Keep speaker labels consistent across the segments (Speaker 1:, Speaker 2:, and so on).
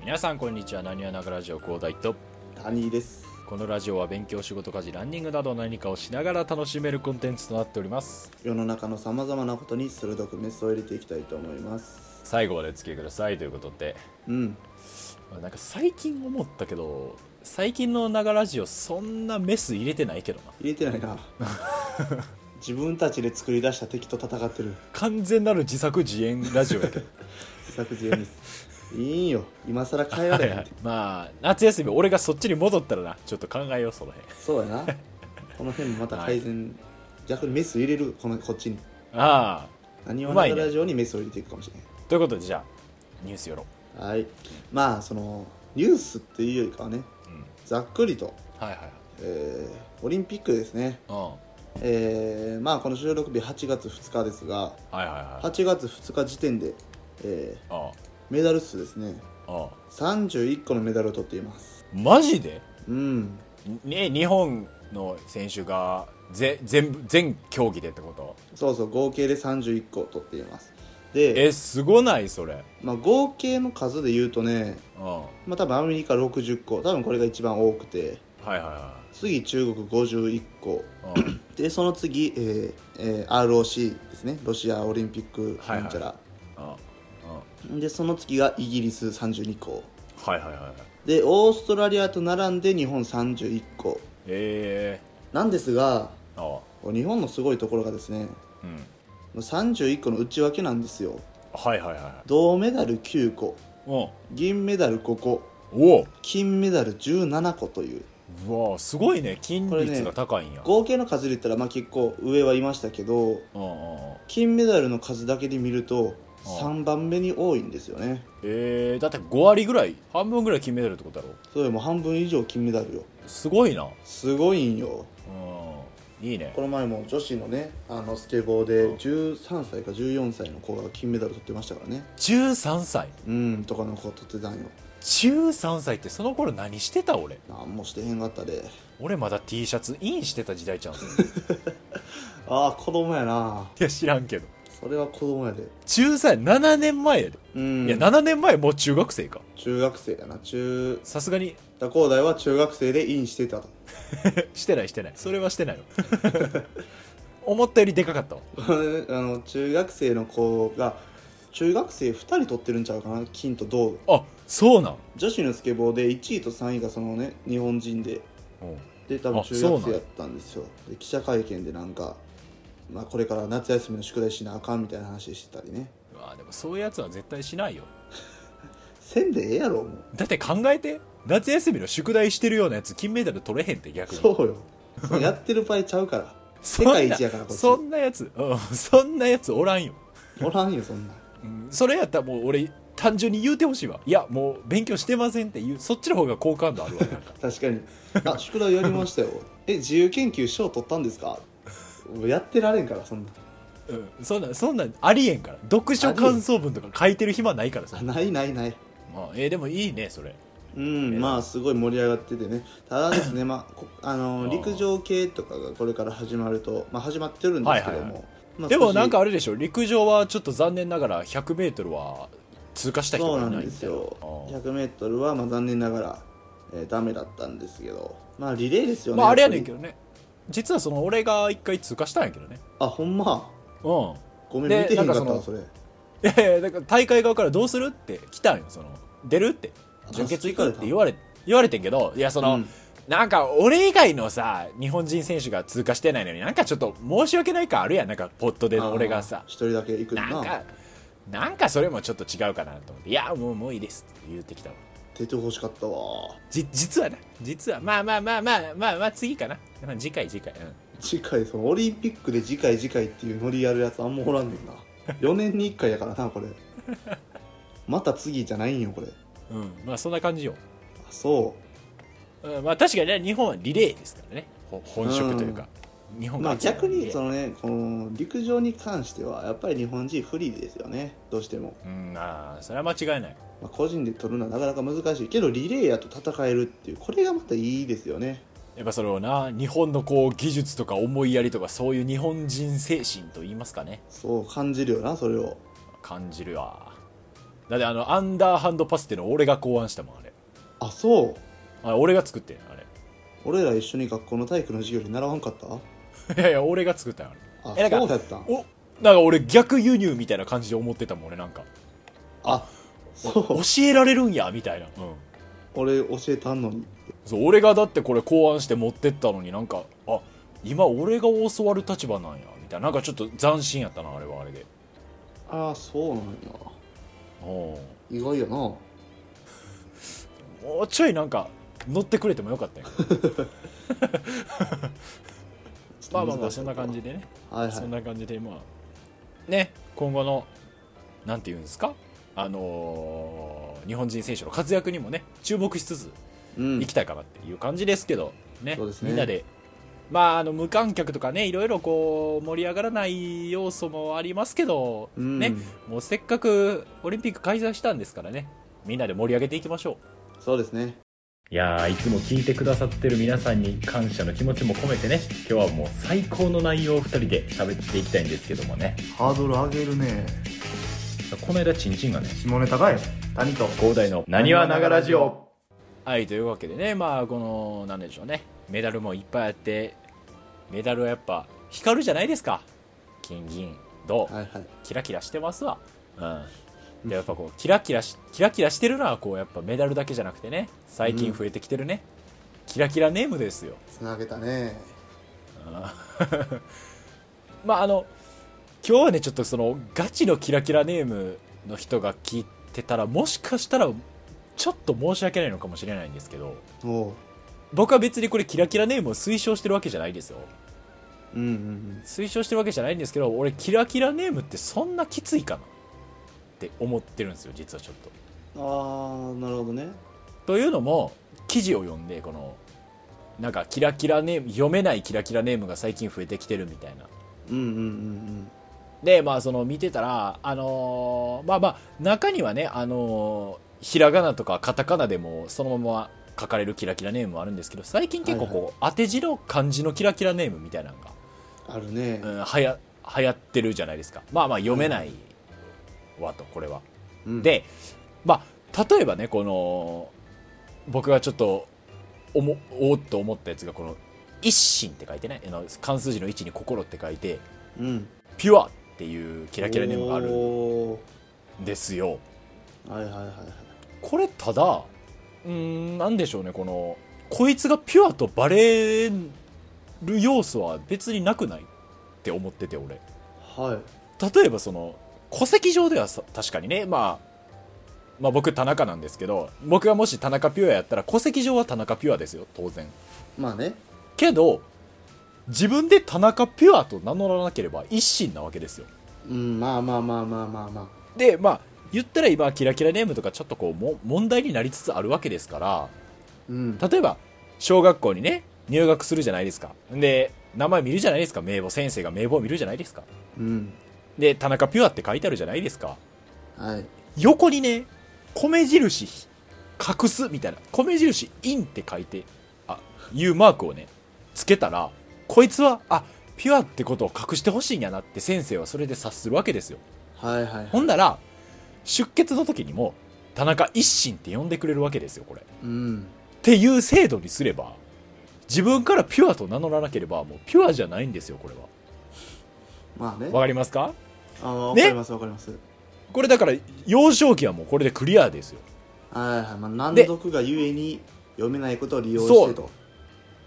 Speaker 1: 皆さんこんにちはなにわながラジオ広大と
Speaker 2: 谷井です
Speaker 1: このラジオは勉強仕事家事ランニングなど何かをしながら楽しめるコンテンツとなっております
Speaker 2: 世の中のさまざまなことに鋭くメスを入れていきたいと思います
Speaker 1: 最後までお付き合いくださいということで
Speaker 2: うん
Speaker 1: まあなんか最近思ったけど最近のながラジオそんなメス入れてないけどな
Speaker 2: 入れてな いな自分たちで作り出した敵と戦ってる
Speaker 1: 完全なる自作自演ラジオやけど
Speaker 2: 自作自演ですいいんよ今更会話
Speaker 1: は
Speaker 2: だ
Speaker 1: い
Speaker 2: よ
Speaker 1: は
Speaker 2: っ
Speaker 1: い
Speaker 2: て
Speaker 1: まあ夏休み俺がそっちに戻ったらなちょっと考えようその辺
Speaker 2: そうやなこの辺もまた改善、逆にメス入れるこのこっちに
Speaker 1: ああ
Speaker 2: 何を
Speaker 1: うま
Speaker 2: ないが
Speaker 1: ね
Speaker 2: ラジオにメスを入れていくかもしれない
Speaker 1: ということでじゃあニュースよろう、
Speaker 2: はいまあそのニュースっていうよりかはね
Speaker 1: うん、
Speaker 2: ざっくりと、
Speaker 1: はいはいはい
Speaker 2: えーオリンピックですね
Speaker 1: うんは
Speaker 2: えーまあこの収録日8月2日ですが
Speaker 1: いはいはい
Speaker 2: 8月2日時点で、えー
Speaker 1: あ
Speaker 2: メダル数ですね
Speaker 1: あああ
Speaker 2: 31個のメダルを取っています
Speaker 1: マジで
Speaker 2: うん
Speaker 1: ね、日本の選手がぜ全部全競技でってこと
Speaker 2: そうそう合計で31個取っていますで、
Speaker 1: えすごないそれ
Speaker 2: まあ、合計の数で言うとね、
Speaker 1: うんは
Speaker 2: まあ、多分アメリカ60個多分これが一番多くて
Speaker 1: いはいは
Speaker 2: 次中国51個
Speaker 1: い、うん、
Speaker 2: でその次、えーえー ROC ですねロシアオリンピック
Speaker 1: はいはい
Speaker 2: なんちゃら、
Speaker 1: うんうん
Speaker 2: でその次がイギリス32個
Speaker 1: はいはいはいはい
Speaker 2: でオーストラリアと並んで日本31個
Speaker 1: え
Speaker 2: なんですが
Speaker 1: ー、あ
Speaker 2: 日本のすごいところがですね
Speaker 1: うん
Speaker 2: 31個の内訳なんですよ
Speaker 1: はいはいは
Speaker 2: 銅メダル9個
Speaker 1: いうん
Speaker 2: 銀メダル5個
Speaker 1: お
Speaker 2: 金メダル17個という
Speaker 1: おうわすごいね筋率が高いんや、
Speaker 2: 合計の数で言ったらまあ結構上はいましたけど
Speaker 1: うんうんうん
Speaker 2: 金メダルの数だけで見ると
Speaker 1: あ
Speaker 2: 3番目に多いんですよね
Speaker 1: えー、だって5割ぐらい半分ぐらい金メダルってことだろ
Speaker 2: それもう半分以上金メダルよ
Speaker 1: すごいな
Speaker 2: すごいんよ
Speaker 1: うんいいね
Speaker 2: この前も女子のねあのスケボーで13歳か14歳の子が金メダル取ってましたからね
Speaker 1: 13歳
Speaker 2: うんとかの子取ってたんよ
Speaker 1: 13歳ってその頃何してた俺
Speaker 2: なんもしてへんかったで
Speaker 1: 俺まだ T シャツインしてた時代ちゃうんい
Speaker 2: ああ子供やな
Speaker 1: や知らんけど
Speaker 2: それは子供やで
Speaker 1: 中歳7年前やで、
Speaker 2: うん
Speaker 1: いや7年前もう中学生か
Speaker 2: 中学生やな中
Speaker 1: さすがに
Speaker 2: 田光大は中学生でインしてたと
Speaker 1: してないしてないそれはしてないよ 思ったよりでかかったわ
Speaker 2: あの中学生の子が中学生2人取ってるんちゃうかな金と銅
Speaker 1: あそうなん、
Speaker 2: 女子のスケボーで1位と3位がそのね日本人でで多分
Speaker 1: あ
Speaker 2: 中
Speaker 1: そうな
Speaker 2: 学
Speaker 1: ん
Speaker 2: 生やったんですよで記者会見でなんか、まあ、これから夏休みの宿題しなあかんみたいな話してたりね
Speaker 1: うわでもそういうやつは絶対しないよ
Speaker 2: せんでええやろもう
Speaker 1: だって考えて夏休みの宿題してるようなやつ金メダル取れへんって逆に
Speaker 2: そうよそうやってる場合ちゃうから
Speaker 1: そ
Speaker 2: 世
Speaker 1: んな
Speaker 2: 界一やからこっち
Speaker 1: そんなやつ、うん、そんなやつおらんよ、
Speaker 2: おらんよそんなん
Speaker 1: うんそれやったらもう俺単純に言うてほしいわいやもう勉強してませんって言うそっちの方が好感度 あるわなんか
Speaker 2: 確かにあ宿題やりましたよ え自由研究賞取ったんですかもうやってられんからそんな
Speaker 1: うん、そんなんそんなんありえんから読書感想文とか書いてる暇ないからさ
Speaker 2: あ、ないないない
Speaker 1: まあ、えーでもいいねそれ
Speaker 2: うん、
Speaker 1: えー
Speaker 2: まあすごい盛り上がっててねただですね、まあ、こあ
Speaker 1: あ
Speaker 2: の
Speaker 1: ー
Speaker 2: 陸上系とかがこれから始まると、まあ、始まってるんですけども、
Speaker 1: はいはいは
Speaker 2: まあ
Speaker 1: でも
Speaker 2: 少し
Speaker 1: なんかあれでしょ陸上はちょっと残念ながら 100m は通過した人
Speaker 2: そう
Speaker 1: が
Speaker 2: ないん
Speaker 1: ない
Speaker 2: で
Speaker 1: み
Speaker 2: す
Speaker 1: たいな
Speaker 2: よ
Speaker 1: あー
Speaker 2: 100m はまあ残念ながら、えーダメだったんですけどまあリレーですよね、
Speaker 1: まああれやねんけ
Speaker 2: ど
Speaker 1: どね実はその俺が一回通過したんやけどね
Speaker 2: あほんま
Speaker 1: うん
Speaker 2: ごめん
Speaker 1: で
Speaker 2: 見てへんかっ
Speaker 1: な
Speaker 2: た
Speaker 1: ん
Speaker 2: わ
Speaker 1: かそ
Speaker 2: それ
Speaker 1: いやいやだから大会側からどうするって来たんよその出るって
Speaker 2: あ
Speaker 1: 準決行くって
Speaker 2: そう聞かれた
Speaker 1: 言われ言われてんけどいやその、
Speaker 2: うん
Speaker 1: なんか俺以外のさ日本人選手が通過してないのになんかちょっと申し訳ない感あるやんなんかポットで
Speaker 2: あー
Speaker 1: 俺がさ
Speaker 2: 一人だけ行くの
Speaker 1: なんかなんかそれもちょっと違うかなと思って「いやもうもういいです」って言ってきたわ
Speaker 2: 出てほしかったわ
Speaker 1: じ実はな実はまあまあまあまあまあまあ次かな、まあ、次回次回うん
Speaker 2: 次回そのオリンピックで次回次回っていうノリやるやつあんまおらんねん な4年に1回やからなこれまた次じゃないんよこれあ
Speaker 1: うん、まあそんな感じよ、
Speaker 2: そ
Speaker 1: うん、まあ確かにね日本はリレーですからねほ本職というか、日
Speaker 2: う
Speaker 1: 本が
Speaker 2: まあ逆
Speaker 1: リレ
Speaker 2: に
Speaker 1: ー
Speaker 2: そのねこの陸上に関してはやっぱり日本人不利ですよねどうしても、
Speaker 1: うんああそれは間違いない
Speaker 2: まあ、個人で取るのはなかなか難しいけどリレーやと戦えるっていうこれがまたいいですよね
Speaker 1: やっぱそれをな日本のこう技術とか思いやりとかそういう日本人精神と言いますかね
Speaker 2: そう感じるよなそれを
Speaker 1: 感じるわだってあのアンダーハンドパスっていうのは俺が考案したもんあれ
Speaker 2: あそう
Speaker 1: あれ俺が作ってんあれ
Speaker 2: 俺ら一緒に学校の体育の授業で習わんかった
Speaker 1: いやいや俺が作ったんあれ
Speaker 2: あ
Speaker 1: えなんか
Speaker 2: そうやったん
Speaker 1: おなんか俺逆輸入みたいな感じで思ってたもん俺なんか
Speaker 2: あそう
Speaker 1: 教えられるんやみたいな、
Speaker 2: 俺教えたんのに
Speaker 1: そう俺がだってこれ考案して持ってったのになんかあ今俺が教わる立場なんやみたいななんかちょっと斬新やったなあれはあれで
Speaker 2: ああそうなんや
Speaker 1: うんも
Speaker 2: 意外やな
Speaker 1: うちょいなんか乗ってくれてもよかったん やけどまあまあまあそんな感じでね、
Speaker 2: はいはい
Speaker 1: そんな感じでまあね今後のなんていうんですかあのー日本人選手の活躍にもね注目しつつ
Speaker 2: うん
Speaker 1: 行きたいかなっていう感じですけどね
Speaker 2: そうですね
Speaker 1: みんなで、まあ、あの無観客とかねいろいろこう盛り上がらない要素もありますけど、
Speaker 2: うん
Speaker 1: ね、もうせっかくオリンピック開催したんですからねみんなで盛り上げていきましょう。
Speaker 2: そうですね
Speaker 1: いやーいつも聞いてくださってる皆さんに感謝の気持ちも込めてね今日はもう最高の内容を2人で喋っていきたいんですけどもね
Speaker 3: ハードル上げるね
Speaker 1: この間チンチンがね
Speaker 3: 下ネタかい谷と
Speaker 1: 広大の
Speaker 3: なにわながラジオ
Speaker 1: はいというわけでねまあこのなんでしょうねメダルもいっぱいあってメダルはやっぱ光るじゃないですか金銀銅
Speaker 2: はいはい
Speaker 1: キラキラしてますわうんでやっぱこうキラキラしキラキラしてるのはこうやっぱメダルだけじゃなくてね最近増えてきてるね、キラキラネームですよ
Speaker 2: つなげたね
Speaker 1: まああの今日はねちょっとそのガチのキラキラネームの人が聞いてたらもしかしたらちょっと申し訳ないのかもしれないんですけど
Speaker 2: おう
Speaker 1: 僕は別にこれキラキラネームを推奨してるわけじゃないですよ
Speaker 2: うんうんうん
Speaker 1: 推奨してるわけじゃないんですけど俺キラキラネームってそんなきついかなって思ってるんですよ実はちょっと
Speaker 2: ああなるほどね
Speaker 1: というのも記事を読んでこのなんかキラキラネーム読めないキラキラネームが最近増えてきてるみたいな
Speaker 2: うんうんうん
Speaker 1: でまあその見てたらあのーまあまあ中にはねあのーひらがなとかカタカナでもそのまま書かれるキラキラネームもあるんですけど最近結構こう、
Speaker 2: は
Speaker 1: 当て字の漢字のキラキラネームみたいなのが、
Speaker 2: うんあるね
Speaker 1: うん、はや流行ってるじゃないですかまあまあ読めないわとこれは、
Speaker 2: うん
Speaker 1: でまあ例えばねこの僕がちょっとおもおーっと思ったやつがこの「一心」って書いてねあの漢数字の「一」に「心」って書いて
Speaker 2: うん
Speaker 1: 「ピュア」っていうキラキラネームがある
Speaker 2: お
Speaker 1: ですよ
Speaker 2: ーはいはいはいはい
Speaker 1: これただうーんなんでしょうねこのこいつがピュアとバレる要素は別になくないって思ってて俺
Speaker 2: はい
Speaker 1: 例えばその戸籍上ではさ確かにねまあまあ僕田中なんですけど僕がもし田中ピュアやったら戸籍上は田中ピュアですよ当然
Speaker 2: まあね
Speaker 1: けど自分で田中ピュアと名乗らなければ一心なわけですよ
Speaker 2: うんまあまあまあまあまあま
Speaker 1: でまあ言ったら今キラキラネームとかちょっとこうも問題になりつつあるわけですから
Speaker 2: あうん
Speaker 1: 例えば小学校にね入学するじゃないですかで名前見るじゃないですか名簿先生が名簿を見るじゃないですか
Speaker 2: うん
Speaker 1: で田中ピュアって書いてあるじゃないですか
Speaker 2: はい
Speaker 1: 横にね米印隠すみたいな米印インって書いてあいうマークをねつけたらこいつはあピュアってことを隠してほしいんやなって先生はそれで察するわけですよ
Speaker 2: はいはいはい
Speaker 1: ほんなら出血の時にも田中一心って呼んでくれるわけですよこれ
Speaker 2: うん
Speaker 1: っていう制度にすれば自分からピュアと名乗らなければもうピュアじゃないんですよこれは
Speaker 2: まあね
Speaker 1: わかりますか
Speaker 2: あわ
Speaker 1: ね
Speaker 2: かりますわかります
Speaker 1: これだから幼少期はもうこれでクリアですよ
Speaker 2: はいはいまあ難
Speaker 1: で
Speaker 2: 読がゆえに読めないことを利用してと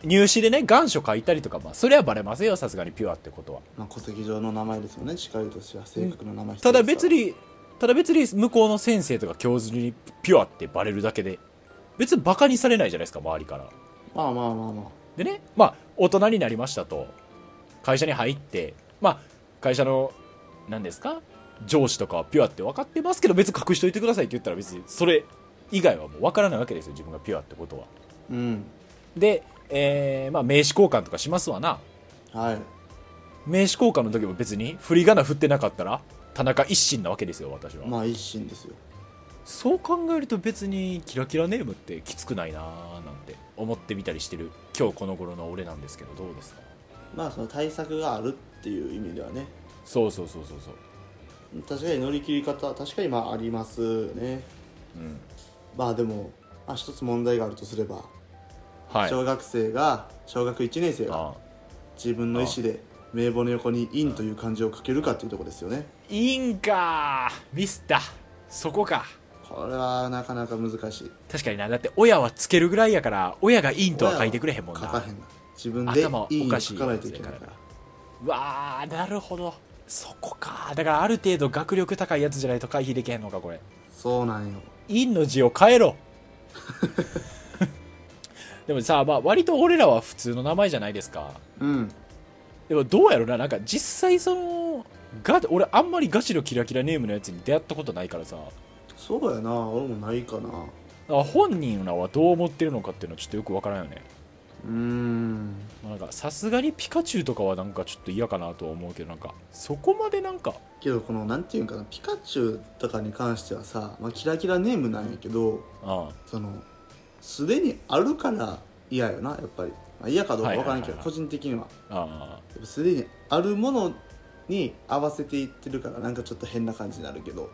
Speaker 1: 入試でね願書書いたりとかまあそれはバレますよさすがにピュアってことは
Speaker 2: まあ戸籍上の名前ですよねしっかりとした正確な名前
Speaker 1: ただ別
Speaker 2: に
Speaker 1: にただ別に向こうの先生とか教授にピュアってバレるだけで別にバカにされないじゃないですか周りから
Speaker 2: まあまあまあまあ
Speaker 1: でねまあ大人になりましたと会社に入ってまあ会社の何ですか上司とかはピュアって分かってますけど別に隠しといてくださいって言ったら別にそれ以外はもう分からないわけですよ自分がピュアってことは
Speaker 2: うん
Speaker 1: で、えーまあ、名刺交換とかしますわな
Speaker 2: はい
Speaker 1: 名刺交換の時も別に振り仮名振ってなかったら田中一心なわけですよ私は、
Speaker 2: まあ一心ですよ
Speaker 1: そう考えると別にキラキラネームってきつくないなーなんて思ってみたりしてる今日この頃の俺なんですけどどうですか
Speaker 2: まあその対策があるっていう意味ではね
Speaker 1: そうそうそうそうそう
Speaker 2: 確かに乗り切り方確かにまあありますね
Speaker 1: うん
Speaker 2: まあでもあ一つ問題があるとすれば、
Speaker 1: はい
Speaker 2: 小学生が小学1年生が
Speaker 1: あ
Speaker 2: 自分の意思で名簿の横に「イン」という漢字を書けるかっていうところですよね
Speaker 1: いいんかミスったそこか
Speaker 2: これはなかなか難しい
Speaker 1: 確かになだって親はつけるぐらいやから親が「イン」とは書いてくれへんもん
Speaker 2: 書
Speaker 1: な
Speaker 2: かへんな自分で
Speaker 1: 頭お
Speaker 2: 「イン」
Speaker 1: か
Speaker 2: を
Speaker 1: しい
Speaker 2: 書かないといけないから
Speaker 1: わあなるほどそこかだからある程度学力高いやつじゃないと回避できへんのかこれ
Speaker 2: そうなんよ
Speaker 1: 陰の字を変えろ でもさ、まあ、割と俺らは普通の名前じゃないですか
Speaker 2: うん
Speaker 1: でもどうやろななんか実際そのガ俺あんまりガチのキラキラネームのやつに出会ったことないからさ
Speaker 2: そうやな俺もないかな
Speaker 1: だから本人らはどう思ってるのかっていうのはちょっとよくわからんよね
Speaker 2: うーん
Speaker 1: まあなんかさすがにピカチュウとかはなんかちょっと嫌かなとは思うけどなんかそこまでなんか
Speaker 2: けどこのなんていうんかなピカチュウとかに関してはさ、まあ、キラキラネームなんやけど
Speaker 1: あ
Speaker 2: そのすでにあるから嫌よなやっぱり、まあ、嫌かどうか分からんけ
Speaker 1: はいはいはい
Speaker 2: ど、
Speaker 1: はい
Speaker 2: 個人的には
Speaker 1: ああ
Speaker 2: やっぱすでにあるものに合わせていってるからなんかちょっと変な感じになるけど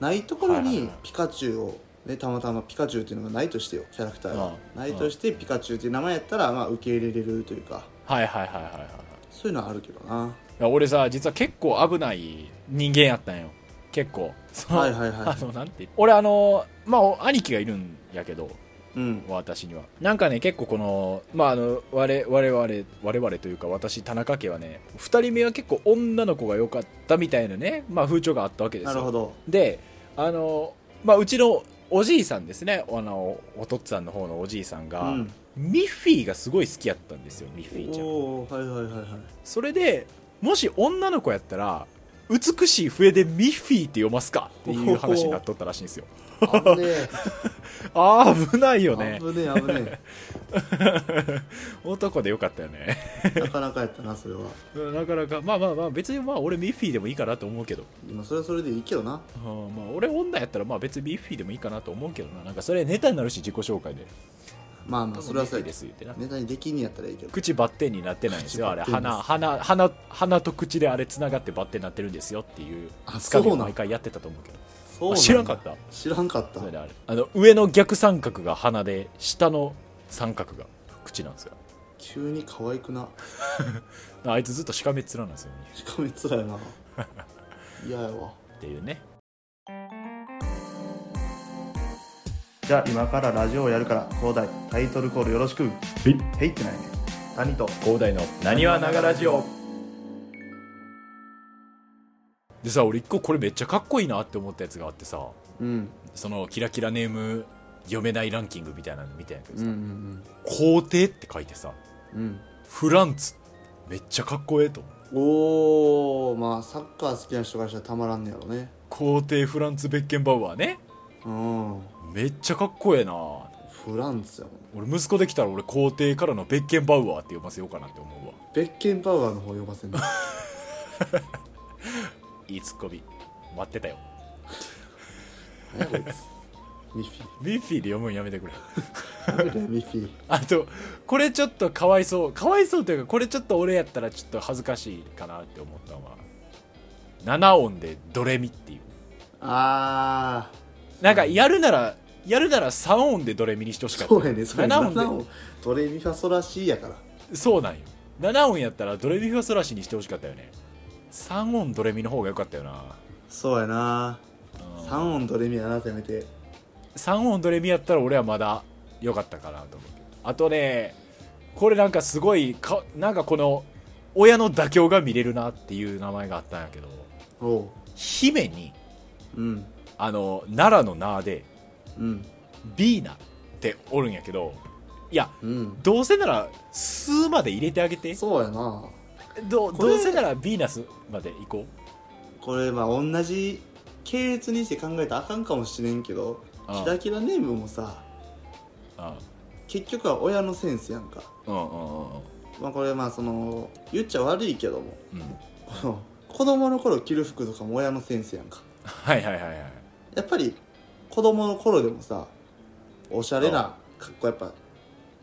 Speaker 2: ないところ
Speaker 1: はいはい
Speaker 2: に
Speaker 1: はい
Speaker 2: ピカチュウを、ね、たまたまピカチュウっていうのがないとしてよキャラクターが
Speaker 1: うん
Speaker 2: ないとしてピカチュウっていう名前やったらまあ受け入れれるというか
Speaker 1: あはいはいはいはいはいはい
Speaker 2: そういうのはあるけどない
Speaker 1: や俺さ実は結構危ない人間やったんよ結構その、
Speaker 2: はいはい
Speaker 1: あ
Speaker 2: はい
Speaker 1: のなんて俺あのまあお兄貴がいるんやけど
Speaker 2: うん
Speaker 1: 私にはなんかね結構このまああの我我々我々というか私田中家はね2人目は結構女の子が良かったみたいなねまあ風潮があったわけです
Speaker 2: なるほ
Speaker 1: よ
Speaker 2: ど
Speaker 1: であのまあうちのおじいさんですねあのおとっつぁんの方のおじいさん
Speaker 2: う
Speaker 1: が、
Speaker 2: ん
Speaker 1: ミッフィーがすごい好きやったんですよミッフィーちゃん
Speaker 2: おおはいはいはいはい
Speaker 1: それでもし女の子やったら美しい笛でミッフィーって読ますかっていう話になっとったらしいんですよ
Speaker 2: 危ね
Speaker 1: あー危ないよね
Speaker 2: え危ねえ危ね
Speaker 1: 男でよかったよね
Speaker 2: えなかなかやったなそれは
Speaker 1: なかなかまあまあまあ別にまあ俺ミッフィーでもいいかなと思うけど、
Speaker 2: 今それはそれでいいけどな
Speaker 1: うんまあ、俺女やったらまあ別にミッフィーでもいいかなと思うけどななんかそれネタになるし自己紹介で
Speaker 2: まあまあそれは
Speaker 1: ミッフ
Speaker 2: そ
Speaker 1: ィ
Speaker 2: う
Speaker 1: ーです言
Speaker 2: やけ
Speaker 1: ってな
Speaker 2: どネタにできんにやったらいいけど
Speaker 1: 口バッテンになってないんですよあれ
Speaker 2: 口バッテンです
Speaker 1: 鼻鼻鼻鼻と口であれつながってバッテンになってるんですよっていう
Speaker 2: あ
Speaker 1: つかみ
Speaker 2: そ
Speaker 1: を
Speaker 2: うなん
Speaker 1: 毎回やってたと思うけど
Speaker 2: そうなんだ
Speaker 1: あ知らんかった
Speaker 2: 知らんかった
Speaker 1: それであれあの上の逆三角が鼻で下の三角が口なんですよ
Speaker 2: 急に可愛くな
Speaker 1: あいつずっとしかめっ面なんですよね
Speaker 2: しかめつらい な嫌やわ
Speaker 1: っていうね
Speaker 3: じゃあ今からラジオをやるから広大タイトルコールよろしくへ
Speaker 1: い
Speaker 3: いってないね谷と
Speaker 1: 広大のなにわながらジオでさ俺一個これめっちゃかっこいいなって思ったやつがあってさ
Speaker 2: うん
Speaker 1: そのキラキラネーム読めないランキングみたいなの見たんやけど
Speaker 2: うんう
Speaker 1: さ「
Speaker 2: ん
Speaker 1: 皇帝」って書いてさ
Speaker 2: うん
Speaker 1: 「フランツ」めっちゃかっこええと思う
Speaker 2: おおまあサッカー好きな人からしたらたまらんねやろね
Speaker 1: 皇帝フランツ・ベッケンバウアーね
Speaker 2: うん
Speaker 1: めっちゃかっこええな
Speaker 2: フランツやもん
Speaker 1: 俺息子できたら俺皇帝からのベッケンバウアーって読ませようかなって思うわ
Speaker 2: ベッケンパウアーの方呼ば せんの
Speaker 1: いいツッコミ待ってたよ
Speaker 2: 何やこいつミッフィ
Speaker 1: ミッフィーで読むんやめてくれ
Speaker 2: ーなんだよミッフィー
Speaker 1: あとこれちょっとかわいそうかわいそうというかこれちょっと俺やったらちょっと恥ずかしいかなって思ったのは7音でドレミっていう
Speaker 2: あ
Speaker 1: なんかやるならやるなら3音でドレミにしてほしか
Speaker 2: あ
Speaker 1: った
Speaker 2: そうやねそれ
Speaker 1: 7
Speaker 2: 7
Speaker 1: 音
Speaker 2: 音トレミファソらしいやから
Speaker 1: でそうなんよ7音やったらドレミファソラシにしてほしかったよね3音ドレミの方が良かったよな
Speaker 2: そうやな
Speaker 1: うん
Speaker 2: 3音トレミやなせめて
Speaker 1: 3音ドレミやったら俺はまだ良かったかなと思うけどあとねこれなんかすごいかなんかこの親の妥協が見れるなっていう名前があったんやけど
Speaker 2: おう
Speaker 1: 姫に
Speaker 2: うん
Speaker 1: あの奈良の名で
Speaker 2: うん
Speaker 1: ビーナっておるんやけどいや
Speaker 2: うん
Speaker 1: どうせなら「スーまで入れてあげて
Speaker 2: そうやな
Speaker 1: どう
Speaker 2: これ
Speaker 1: どうせならビーナスまで行こう
Speaker 2: これまあ同じ系列にして考えたらあかんかもしれんけど
Speaker 1: ああ
Speaker 2: キラキラネームもさ
Speaker 1: あ
Speaker 2: 結局は親のセンスやんか、
Speaker 1: あうんうんうん
Speaker 2: まあ、これまあその言っちゃ悪いけども
Speaker 1: うんうん
Speaker 2: この子供の頃着る服とかも親のセンスやんか
Speaker 1: はいはいはいはい
Speaker 2: やっぱり子供の頃でもさおしゃれな格好やっぱ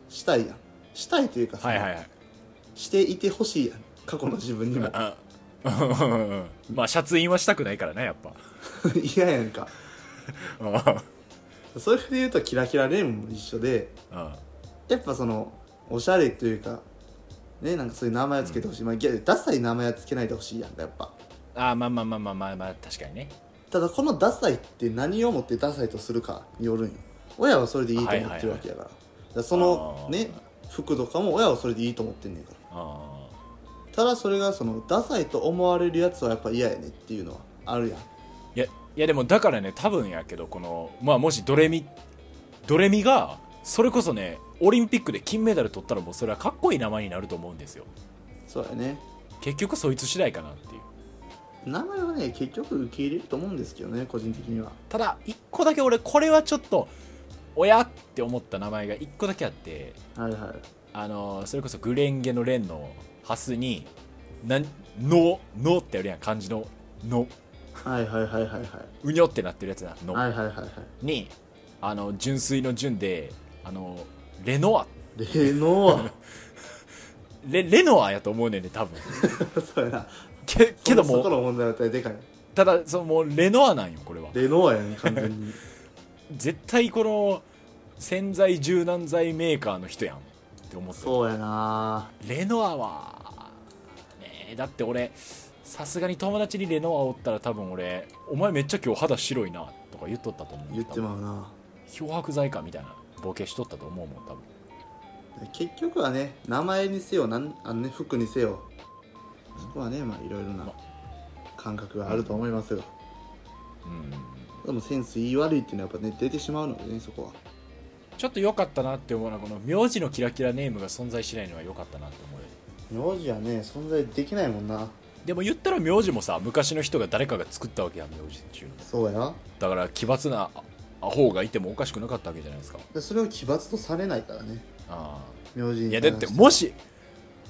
Speaker 2: したいやんしたいというかさ、
Speaker 1: はいはいはい
Speaker 2: していてほしいやん過去の自分にも
Speaker 1: あ まあシャツインはしたくないからねやっぱ
Speaker 2: 嫌やんか
Speaker 1: うんう
Speaker 2: それで言うとキラキラレーンも一緒で
Speaker 1: ん
Speaker 2: やっぱそのおしゃれというかねなんかそういう名前をつけてほしい、まあギャダサい名前はつけないでほしいやんかやっぱ
Speaker 1: あーまあまあまあまあまあまあ確かにね
Speaker 2: ただこのダサいって何をもってダサいとするかによるんよ親はそれでいいと思ってるわけやから,、その
Speaker 1: あー
Speaker 2: ね服とかも親はそれでいいと思ってんねんから
Speaker 1: あ
Speaker 2: ただそれがそのダサいと思われるやつはやっぱ嫌やねっていうのはあるやん
Speaker 1: ーいやいやでもだからね多分やけどこのまあもしドレミドレミがそれこそねオリンピックで金メダル取ったらもうそれはかっこいい名前になると思うんですよ
Speaker 2: そうやね
Speaker 1: 結局そいつ次第かなっていう
Speaker 2: 名前はね結局受け入れると思うんですけどね個人的には
Speaker 1: ただ一個だけ俺これはちょっと親って思った名前が一個だけあって
Speaker 2: はいはい
Speaker 1: あのそれこそグレンゲのレンのハスになんののってやるやん漢字のの
Speaker 2: はいはいはい はいはいう
Speaker 1: にょってなってるやつなの、
Speaker 2: はいはいはいはい
Speaker 1: にあの純粋の純であのレノア
Speaker 2: レノア
Speaker 1: レレノアやと思うねんね多分
Speaker 2: そうやな
Speaker 1: けけど
Speaker 2: そこ
Speaker 1: も
Speaker 2: の問題は大体でかい
Speaker 1: ただそのもうレノアなんよこれは
Speaker 2: レノアやね完全 に
Speaker 1: 絶対この洗剤柔軟剤メーカーの人やんって思ってる
Speaker 2: そうやな
Speaker 1: レノアはねえだって俺さすがに友達にレノアおったら多分俺「お前めっちゃ今日肌白いな」とか言っとったと思う
Speaker 2: 言ってまうな
Speaker 1: 漂白剤かみたいなボケしとったと思うもん多分
Speaker 2: 結局はね名前にせよなんあの、ね、服にせよそこはねまあいろいろな感覚があると思いますよ
Speaker 1: うん
Speaker 2: でもセンスいい悪いっていうのはやっぱね出てしまうのでねそこは
Speaker 1: ちょっと良かったなって思うのはこの名字のキラキラネームが存在しないのは良かったなって思うよ
Speaker 2: 名字はね存在できないもんな
Speaker 1: でも言ったら名字もさ昔の人が誰かが作ったわけやん名字っていうの
Speaker 2: そうや
Speaker 1: だから奇抜なアアホがいてもおかしくなかったわけじゃないですか
Speaker 2: でそれを奇抜とされないからね
Speaker 1: ああ
Speaker 2: 名字に
Speaker 1: いやだってもし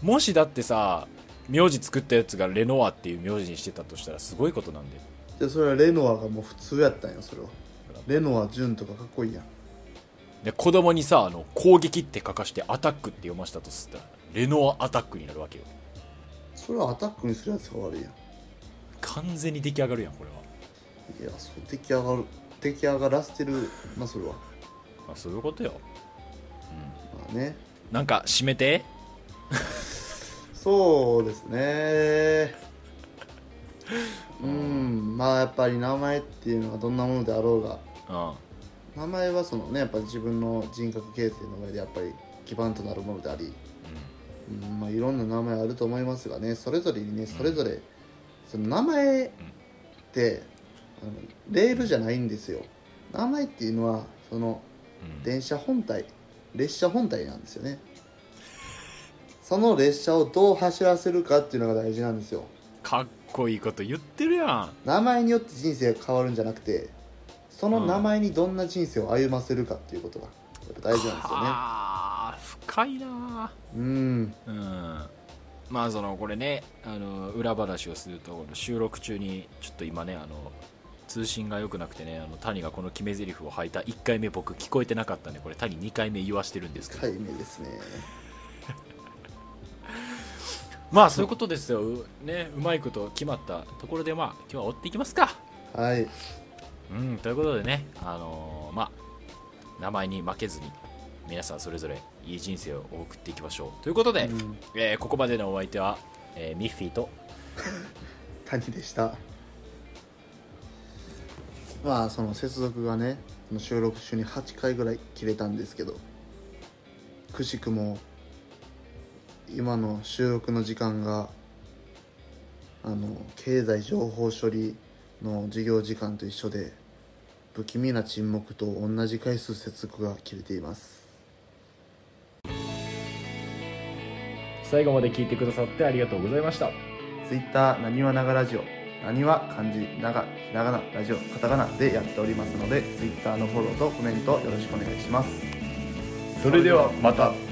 Speaker 1: もしだってさ名字作ったやつがレノアっていう名字にしてたとしたらすごいことなんで
Speaker 2: でそれはレノアがもう普通やったんよそれはレノア純とかかっこいいやん
Speaker 1: で子供にさあの攻撃って書かしてアタックって読ませたとしたらレノアアタックになるわけよ
Speaker 2: それはアタックにするやつが悪いやん
Speaker 1: 完全に出来上がるやんこれはい
Speaker 2: やそう出来上がる出来上がらせてるなそれは
Speaker 1: まあそういうことよ、
Speaker 2: まあね
Speaker 1: うん、なんか締めて
Speaker 2: そうですねうんまあやっぱり名前っていうのはどんなものであろうが
Speaker 1: うん
Speaker 2: 名前はそのねやっぱり自分の人格形成の上でやっぱり基盤となるものであり、うんまあ、いろんな名前あると思いますがねそれぞれにねそれぞれその名前ってあのレールじゃないんですよ名前っていうのはその
Speaker 1: うん
Speaker 2: 電車本体列車本体なんですよねその列車をどう走らせるかっていうのが大事なんですよ
Speaker 1: かっこいいこと言ってるやん
Speaker 2: 名前によって人生が変わるんじゃなくてその名前にどんな人生を歩ませるかっていうことがやっぱ大事なんですよね
Speaker 1: あ深いな
Speaker 2: うん
Speaker 1: うんまあそのこれねあの裏話をするとこの収録中にちょっと今ねあの通信が良くなくてねあの谷がこの決め台詞を吐いた1回目僕聞こえてなかったんでこれ谷2回目言わしてるんですけど、
Speaker 2: 解明ですね
Speaker 1: まあそういうことですようねうまいこと決まったところでまあ今日は追っていきますか
Speaker 2: はい
Speaker 1: うんということでねあのまあ名前に負けずに皆さんそれぞれいい人生を送っていきましょうということで、
Speaker 2: うん
Speaker 1: えーここまでのお相手は、えーミッフィーと
Speaker 2: 谷でしたまあその接続がねその収録中に8回ぐらい切れたんですけどくしくも今の収録の時間があの経済情報処理の授業時間と一緒で不気味な沈黙と同じ回数接続が切れています
Speaker 1: 最後まで聞いてくださってありがとうございました
Speaker 3: ツイッターなにわながラジオなにわ漢字ながひらがなラジオカタカナでやっておりますのでツイッターのフォローとコメントよろしくお願いします
Speaker 1: それではまた